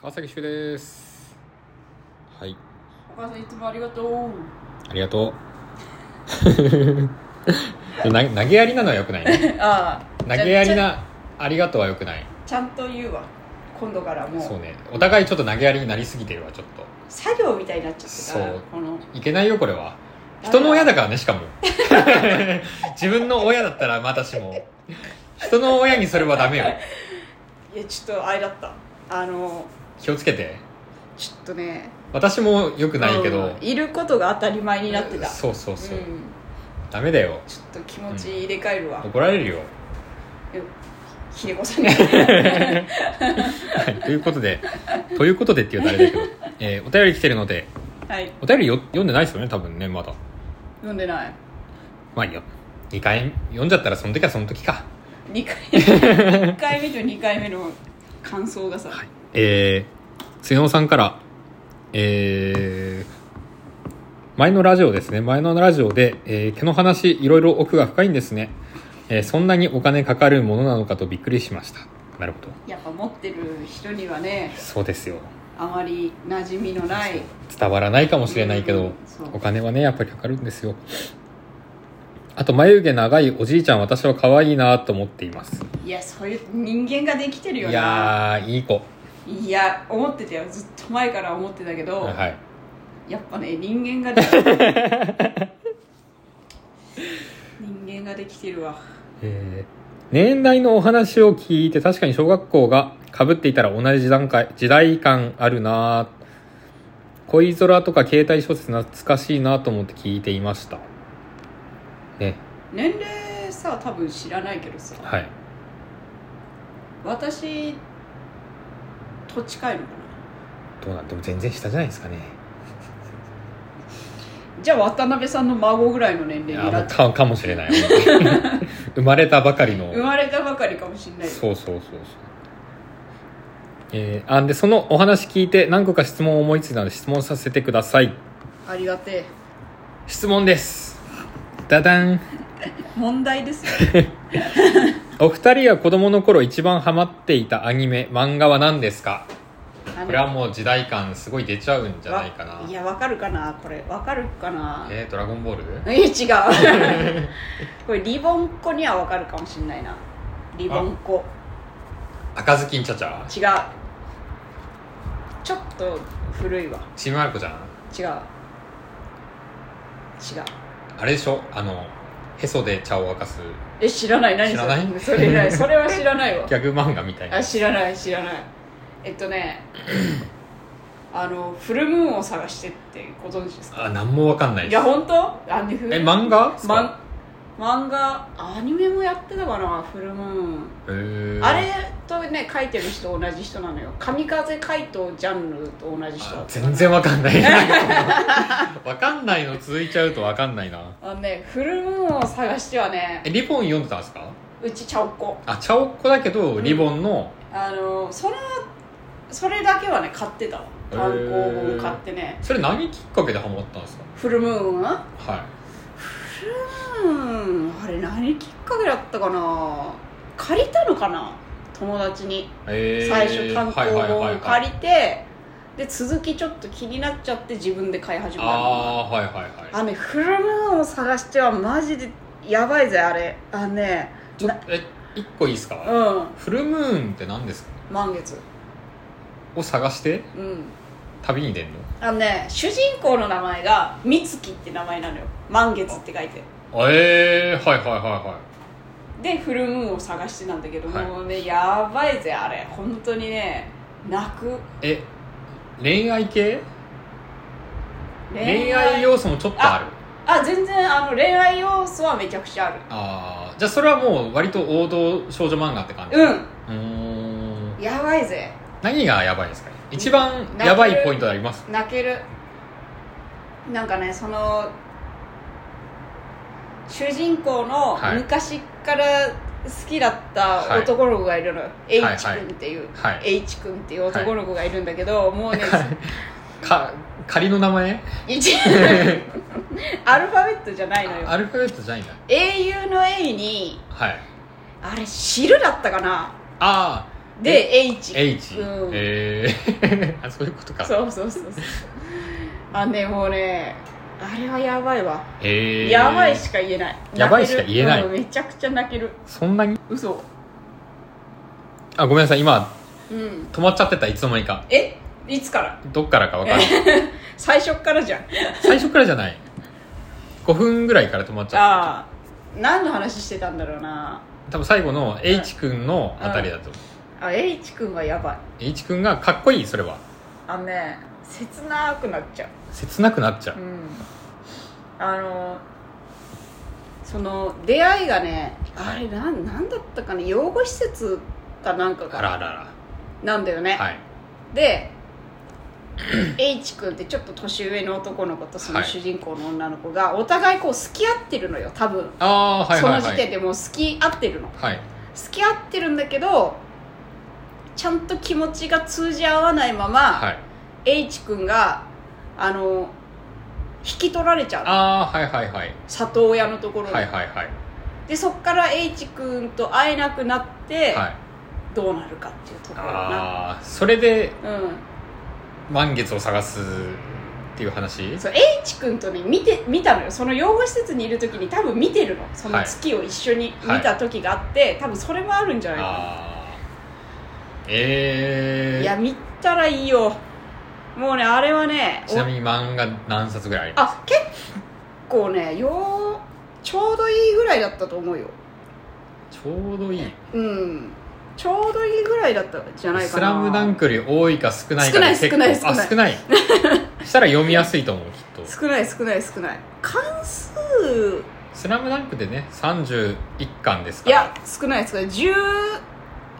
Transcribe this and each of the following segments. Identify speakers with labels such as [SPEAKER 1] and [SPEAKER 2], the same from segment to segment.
[SPEAKER 1] 川崎修ですはい
[SPEAKER 2] お母さんいつもありがとう。
[SPEAKER 1] ありがと うな投げやりなのはよくない ね
[SPEAKER 2] ああ。
[SPEAKER 1] 投げやり
[SPEAKER 2] じゃあ。
[SPEAKER 1] なありがとうはよくない
[SPEAKER 2] ちゃちゃんと言うわ。今度からもう
[SPEAKER 1] そうねお互いちょっと投げやりになりすぎてるわちょっ
[SPEAKER 2] 作業みたいになっちゃってから
[SPEAKER 1] そう
[SPEAKER 2] この
[SPEAKER 1] といけないよこれは人の親だからねし かも自分の親だったらまだしも人の親にそれはダメよ
[SPEAKER 2] いやちょっとあれだったあの
[SPEAKER 1] 気をつけて
[SPEAKER 2] ちょっとね
[SPEAKER 1] 私もよくないけど、
[SPEAKER 2] うんいることが当たり前になってた
[SPEAKER 1] そうそうそう、
[SPEAKER 2] ん、
[SPEAKER 1] ダメだよ
[SPEAKER 2] ちょっと気持ち入れ替えるわ、
[SPEAKER 1] 怒られるよ
[SPEAKER 2] ひでこ さんには
[SPEAKER 1] はいということでということでっていうとあれだけど、えーお便り来てるので
[SPEAKER 2] い
[SPEAKER 1] お便りよ読んでないですよね多分ねまだ
[SPEAKER 2] 読んでない
[SPEAKER 1] まあいいよ2回読んじゃったらその時はその時か
[SPEAKER 2] 2回 一回目と2回目の感想がさ、
[SPEAKER 1] えー、瀬野さんから、えー前のラジオですね、前のラジオで、えー毛の話、いろいろ奥が深いんですね、えーそんなにお金かかるものなのかとびっくりしました。なるほど。
[SPEAKER 2] やっぱ持ってる人にはね
[SPEAKER 1] そうですよ。
[SPEAKER 2] あまり馴染みのない
[SPEAKER 1] 伝わらないかもしれないけ
[SPEAKER 2] う
[SPEAKER 1] ど
[SPEAKER 2] んそう、
[SPEAKER 1] お金はね、やっぱりかかるんですよ。あと、眉毛長いおじいちゃん、私は可愛いなと思っています。
[SPEAKER 2] いやそういう人間ができてる
[SPEAKER 1] い
[SPEAKER 2] よな
[SPEAKER 1] やー、いい子。
[SPEAKER 2] いや思ってたよずっと前から思ってたけど、
[SPEAKER 1] はい。
[SPEAKER 2] やっぱね人間ができてる 人間ができてるわ
[SPEAKER 1] えー年代のお話を聞いて確かに小学校が被っていたら同じ段階時代感あるなあ恋空とか携帯小説懐かしいなと思って聞いていましたね
[SPEAKER 2] 年齢さ多分知らないけどさ
[SPEAKER 1] はい
[SPEAKER 2] 私土地近いのか
[SPEAKER 1] どうなんでも全然下じゃないですかね
[SPEAKER 2] なじゃあ渡辺さんの孫ぐらいの年
[SPEAKER 1] いや
[SPEAKER 2] 齢にな
[SPEAKER 1] も
[SPEAKER 2] っ
[SPEAKER 1] う
[SPEAKER 2] ちゃ
[SPEAKER 1] かかもしれない 生まれたばかりの
[SPEAKER 2] う生まれたばかりかもしれないよ
[SPEAKER 1] そうそうそうそうえー、あんでそのお話聞いて何個か質問を思いついたので質問させてください
[SPEAKER 2] ありがてえ
[SPEAKER 1] 質問ですダダン
[SPEAKER 2] 問題ですよ
[SPEAKER 1] お二人が子供の頃一番ハマっていたアニメ漫画は何ですかこれはもう時代感すごい出ちゃうんじゃないかな
[SPEAKER 2] わいやわかるかなこれわかるかな
[SPEAKER 1] えー、ドラゴンボール
[SPEAKER 2] え 違うこれリボン子にはわかるかもしれないなリボン子
[SPEAKER 1] 赤ずきんちゃちゃ
[SPEAKER 2] 違うちょっと古いわ
[SPEAKER 1] ちびまる子ちゃん
[SPEAKER 2] 違う違う
[SPEAKER 1] あれでしょあのへそで茶を沸かす
[SPEAKER 2] え知らない何
[SPEAKER 1] 知ら
[SPEAKER 2] そ
[SPEAKER 1] な
[SPEAKER 2] れ
[SPEAKER 1] い
[SPEAKER 2] それ 以来それは知らないわ
[SPEAKER 1] ギャグ漫画みたいな
[SPEAKER 2] あ知らない知らないえっ とねあのフルムーンを探してってご存知ですか
[SPEAKER 1] あ何もわかんない
[SPEAKER 2] い
[SPEAKER 1] で
[SPEAKER 2] や
[SPEAKER 1] す
[SPEAKER 2] 本当あねフル
[SPEAKER 1] え漫画っす
[SPEAKER 2] まん
[SPEAKER 1] か
[SPEAKER 2] 漫画アニメもやってたかなフルムーン
[SPEAKER 1] へー
[SPEAKER 2] あれとね書いてる人同じ人なのよ神風怪盗ジャンヌと同じ人
[SPEAKER 1] あ全然わかんない わかんないの続いちゃうとわかんないな
[SPEAKER 2] あのねフルムーンを探してはね
[SPEAKER 1] えリボン読んでたんですか
[SPEAKER 2] うちちゃおっこ
[SPEAKER 1] あ茶おっこだけどリボンの、
[SPEAKER 2] あのそのそれだけはね買ってたわ単行本買ってね
[SPEAKER 1] それ何きっかけでハマったんですか
[SPEAKER 2] フルムーンは
[SPEAKER 1] はい
[SPEAKER 2] フルムーンあれ何きっかけだったかな借りたのかな友達に
[SPEAKER 1] えー
[SPEAKER 2] 最初単行
[SPEAKER 1] はいはいはい
[SPEAKER 2] 本を
[SPEAKER 1] はい
[SPEAKER 2] 借りてで続きちょっと気になっちゃって自分で買い始めたの
[SPEAKER 1] ああはいはいは
[SPEAKER 2] あのねフルムーンを探してはマジでやばいぜあれあのね
[SPEAKER 1] いちょえ一個いいです
[SPEAKER 2] う
[SPEAKER 1] か、
[SPEAKER 2] ん
[SPEAKER 1] フルムーンって何ですか
[SPEAKER 2] 満月
[SPEAKER 1] を探して
[SPEAKER 2] うん
[SPEAKER 1] 旅に出るの
[SPEAKER 2] あのね主人公の名前が美月って名前なのよ満月って書いて
[SPEAKER 1] ええー、はいはいはいは
[SPEAKER 2] でフルムーンを探してたんだけど、
[SPEAKER 1] はい
[SPEAKER 2] もうねやばいぜあれ本当にね泣く
[SPEAKER 1] いえ恋愛系恋愛要素もちょっとある
[SPEAKER 2] あ全然あの恋愛要素はめちゃくちゃある
[SPEAKER 1] ああーじゃあそれはもう割と王道少女漫画って感じ
[SPEAKER 2] うん
[SPEAKER 1] うーん
[SPEAKER 2] やばいぜ
[SPEAKER 1] 何がやばいですかね一番やばいポイントあります
[SPEAKER 2] 泣けるなんかねその主人公の
[SPEAKER 1] はい
[SPEAKER 2] 昔から好きだった
[SPEAKER 1] はい
[SPEAKER 2] 男の子がいるのよ、
[SPEAKER 1] はい
[SPEAKER 2] H 君っていう、
[SPEAKER 1] はい
[SPEAKER 2] H 君っていう男の子がいるんだけど、もうね
[SPEAKER 1] か仮の名前
[SPEAKER 2] 一アルファベットじゃないのよ
[SPEAKER 1] アルファベットじゃないんだ
[SPEAKER 2] 英雄の A に
[SPEAKER 1] はい
[SPEAKER 2] あれ汁だったかな
[SPEAKER 1] ああ
[SPEAKER 2] で H,
[SPEAKER 1] H、
[SPEAKER 2] うん
[SPEAKER 1] えー あそういうことか
[SPEAKER 2] そうそうそうそうあねもうねあれはやばいわ、
[SPEAKER 1] えー
[SPEAKER 2] やばいしか言えない
[SPEAKER 1] やばいしか言えない
[SPEAKER 2] 泣けるうんめちゃくちゃ泣ける
[SPEAKER 1] そんなに
[SPEAKER 2] 嘘
[SPEAKER 1] あごめんなさい今
[SPEAKER 2] うん
[SPEAKER 1] 止まっちゃってたいつの間にか
[SPEAKER 2] えいつから
[SPEAKER 1] どっからか分かんない
[SPEAKER 2] 最初っからじゃん
[SPEAKER 1] 最初からじゃない5分ぐらいから止まっちゃっ
[SPEAKER 2] ああ何の話してたんだろうな
[SPEAKER 1] た多分最後の H 君のあたりだと思う、
[SPEAKER 2] あ H 君はやばい
[SPEAKER 1] H 君がかっこいいそれは
[SPEAKER 2] あのね切なくなっちゃ
[SPEAKER 1] 切なくなっちゃう
[SPEAKER 2] ううんあのその出会いがねあれなんなんだったかな養護施設かなんか
[SPEAKER 1] あ
[SPEAKER 2] から
[SPEAKER 1] あら
[SPEAKER 2] なんだよ
[SPEAKER 1] あ
[SPEAKER 2] ね、
[SPEAKER 1] らはい
[SPEAKER 2] で H 君ってちょっと年上の男の子とその
[SPEAKER 1] はい
[SPEAKER 2] 主人公の女の子がお互いこう好き合ってるのよ多分、
[SPEAKER 1] ああーはいはいはい
[SPEAKER 2] その時点でもう好き合ってるの
[SPEAKER 1] はい
[SPEAKER 2] 付き合ってるんだけどちゃんと気持ちが通じ合わないまま、
[SPEAKER 1] はい、
[SPEAKER 2] H 君があの引き取られちゃう
[SPEAKER 1] ああはいはいはい
[SPEAKER 2] 里親のところに、
[SPEAKER 1] はいはいはい
[SPEAKER 2] でそっから H 君と会えなくなって、
[SPEAKER 1] はい
[SPEAKER 2] どうなるかっていうところな
[SPEAKER 1] ああそれで
[SPEAKER 2] う
[SPEAKER 1] 満月を探すっていう話
[SPEAKER 2] ん、そう H 君とね見て見たのよその養護施設にいる時に多分見てるのその月を一緒に見た時があって、多分それもあるんじゃないかな
[SPEAKER 1] ああええー、
[SPEAKER 2] いや見たらいいよもうねあれはね
[SPEAKER 1] ちなみに漫画何冊ぐらいありま
[SPEAKER 2] あ結構ねようちょうどいいぐらいだったと思うよ
[SPEAKER 1] すちょうどいい
[SPEAKER 2] うんちょうどいいぐらいだったんじゃないか
[SPEAKER 1] ス
[SPEAKER 2] な
[SPEAKER 1] ラムダンクより多いか少ないか
[SPEAKER 2] 少ない
[SPEAKER 1] で結構
[SPEAKER 2] 少ない少ない
[SPEAKER 1] あ少ないしたら読みやすい と思うきっと
[SPEAKER 2] 少ない少ない少ない関数
[SPEAKER 1] スラムダンクでね31巻です
[SPEAKER 2] い
[SPEAKER 1] から
[SPEAKER 2] や少ない少ない10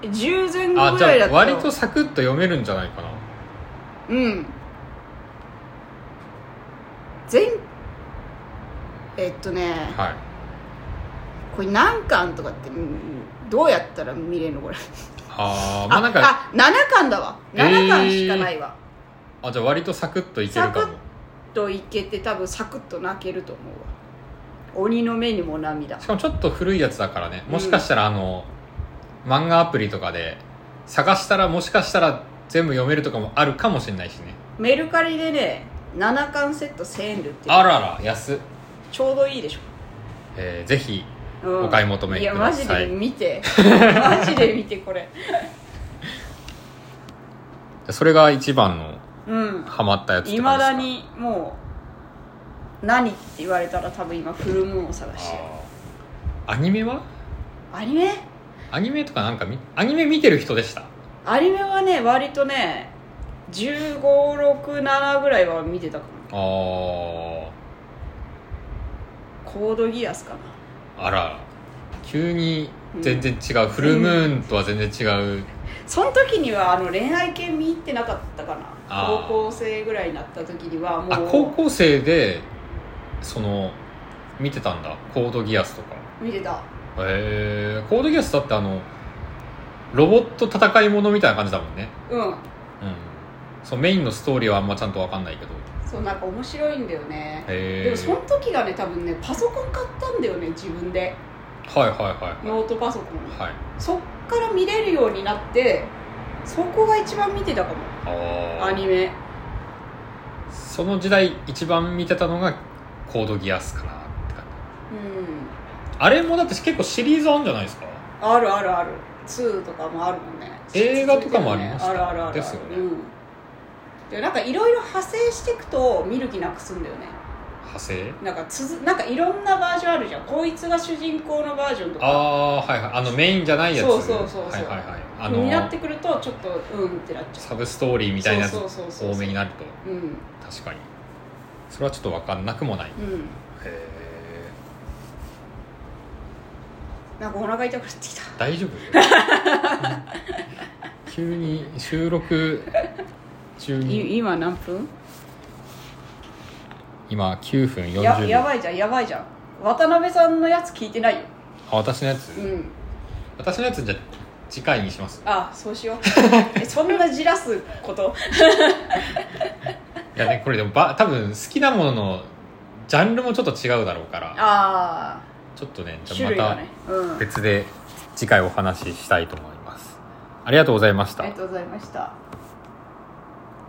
[SPEAKER 2] 10前後
[SPEAKER 1] あ
[SPEAKER 2] ぐ
[SPEAKER 1] じゃ
[SPEAKER 2] らいだっ
[SPEAKER 1] あ
[SPEAKER 2] た
[SPEAKER 1] 割とサクッと読めるんじゃないかな
[SPEAKER 2] うん全えっとね
[SPEAKER 1] はい
[SPEAKER 2] これ何巻とかってうんどうやったら見れるのこれ
[SPEAKER 1] あーま
[SPEAKER 2] あ
[SPEAKER 1] あなんか
[SPEAKER 2] あ7巻だわ7巻しかないわ、
[SPEAKER 1] あじゃあ割とサクッといけるかも
[SPEAKER 2] サちょっといけて多分サクッと泣けると思うわ鬼の目にも涙
[SPEAKER 1] しかもちょっと古いやつだからねもしかしたらあの、漫画アプリとかで探したらもしかしたら全部読めるとかもあるかもしれないしね
[SPEAKER 2] メルカリでね7巻セット1000円で売ってる
[SPEAKER 1] あらら安っ、
[SPEAKER 2] ちょうどいいでしょ、
[SPEAKER 1] えーぜひ
[SPEAKER 2] うん
[SPEAKER 1] お買い求め
[SPEAKER 2] いや
[SPEAKER 1] くだ
[SPEAKER 2] マ
[SPEAKER 1] さい
[SPEAKER 2] ジで見てマジで見てこれ
[SPEAKER 1] それが一番の
[SPEAKER 2] うん
[SPEAKER 1] ハマったやつっ
[SPEAKER 2] い
[SPEAKER 1] て
[SPEAKER 2] ま
[SPEAKER 1] 感じです
[SPEAKER 2] だ
[SPEAKER 1] か
[SPEAKER 2] にもう何って言われたら多分今フルムーンを探してる
[SPEAKER 1] あーアニメは
[SPEAKER 2] アニメ
[SPEAKER 1] アニメとかなんかみアニメ見てる人でした
[SPEAKER 2] アニメはね割とね1567ぐらいは見てたか
[SPEAKER 1] あー
[SPEAKER 2] なコードギアスかな
[SPEAKER 1] あら急に全然違う、フルムーンとは全然違う
[SPEAKER 2] その時にはあの恋愛系見入ってなかったか
[SPEAKER 1] あ
[SPEAKER 2] な
[SPEAKER 1] ー
[SPEAKER 2] 高校生ぐらいになった時にはもう
[SPEAKER 1] あ高校生でその見てたんだコードギアスとか
[SPEAKER 2] 見てた
[SPEAKER 1] へえコードギアスだってあのロボット戦いものみたいな感じだもんね
[SPEAKER 2] うん
[SPEAKER 1] うんそうメインのストーリーはあんまちゃんと分かんないけど
[SPEAKER 2] そうなんか面白いんだよねで
[SPEAKER 1] へえ
[SPEAKER 2] もその時がね多分ねパソコン買ったんだよね自分で
[SPEAKER 1] はいはいはい
[SPEAKER 2] ノートパソコン
[SPEAKER 1] はい
[SPEAKER 2] そっから見れるようになってそこが一番見てたかも
[SPEAKER 1] ああ
[SPEAKER 2] アニメ
[SPEAKER 1] その時代一番見てたのがコードギアスかなって感
[SPEAKER 2] うん
[SPEAKER 1] じあれもだって結構シリーズあるんじゃないですか
[SPEAKER 2] あるあるある2とかもあるもんね
[SPEAKER 1] 映画とかもありました
[SPEAKER 2] あるあるある
[SPEAKER 1] ですよね
[SPEAKER 2] うん、でなんかいろいろ派生していくと見る気なくすんだよね
[SPEAKER 1] 派生
[SPEAKER 2] なんかつづなんかいろんなバージョンあるじゃんこいつが主人公のバージョンと
[SPEAKER 1] あ
[SPEAKER 2] か
[SPEAKER 1] あはいはいあのメインじゃないやつ
[SPEAKER 2] そうそうそうそう
[SPEAKER 1] はいはいはいあ
[SPEAKER 2] になって
[SPEAKER 1] の
[SPEAKER 2] くるとちょっとうんってなっちゃう
[SPEAKER 1] サブストーリーみたいなやつ
[SPEAKER 2] そうそうそうそう
[SPEAKER 1] 多めになると
[SPEAKER 2] うん
[SPEAKER 1] 確かにそれはちょっと分かんなくもないへ
[SPEAKER 2] うん
[SPEAKER 1] え
[SPEAKER 2] なんかお腹痛くなってきた
[SPEAKER 1] 大丈夫 急に収録中に
[SPEAKER 2] い今何分
[SPEAKER 1] 今9分
[SPEAKER 2] や
[SPEAKER 1] 40
[SPEAKER 2] や
[SPEAKER 1] 秒
[SPEAKER 2] ばいじゃんやばいじゃん渡辺さんのやつ聞いてないよ
[SPEAKER 1] あ私のやつ、
[SPEAKER 2] うん
[SPEAKER 1] 私のやつじゃあ次回にします
[SPEAKER 2] あそうしようえそんなじらすこと
[SPEAKER 1] いやねこれでもば多分好きなもののジャンルもちょっと違うだろうから
[SPEAKER 2] ああ
[SPEAKER 1] ちょっとねじゃ
[SPEAKER 2] 種
[SPEAKER 1] あま
[SPEAKER 2] 類が
[SPEAKER 1] た
[SPEAKER 2] ねうん
[SPEAKER 1] 別で次回お話ししたいと思いますありがとうございました
[SPEAKER 2] ありがとうございました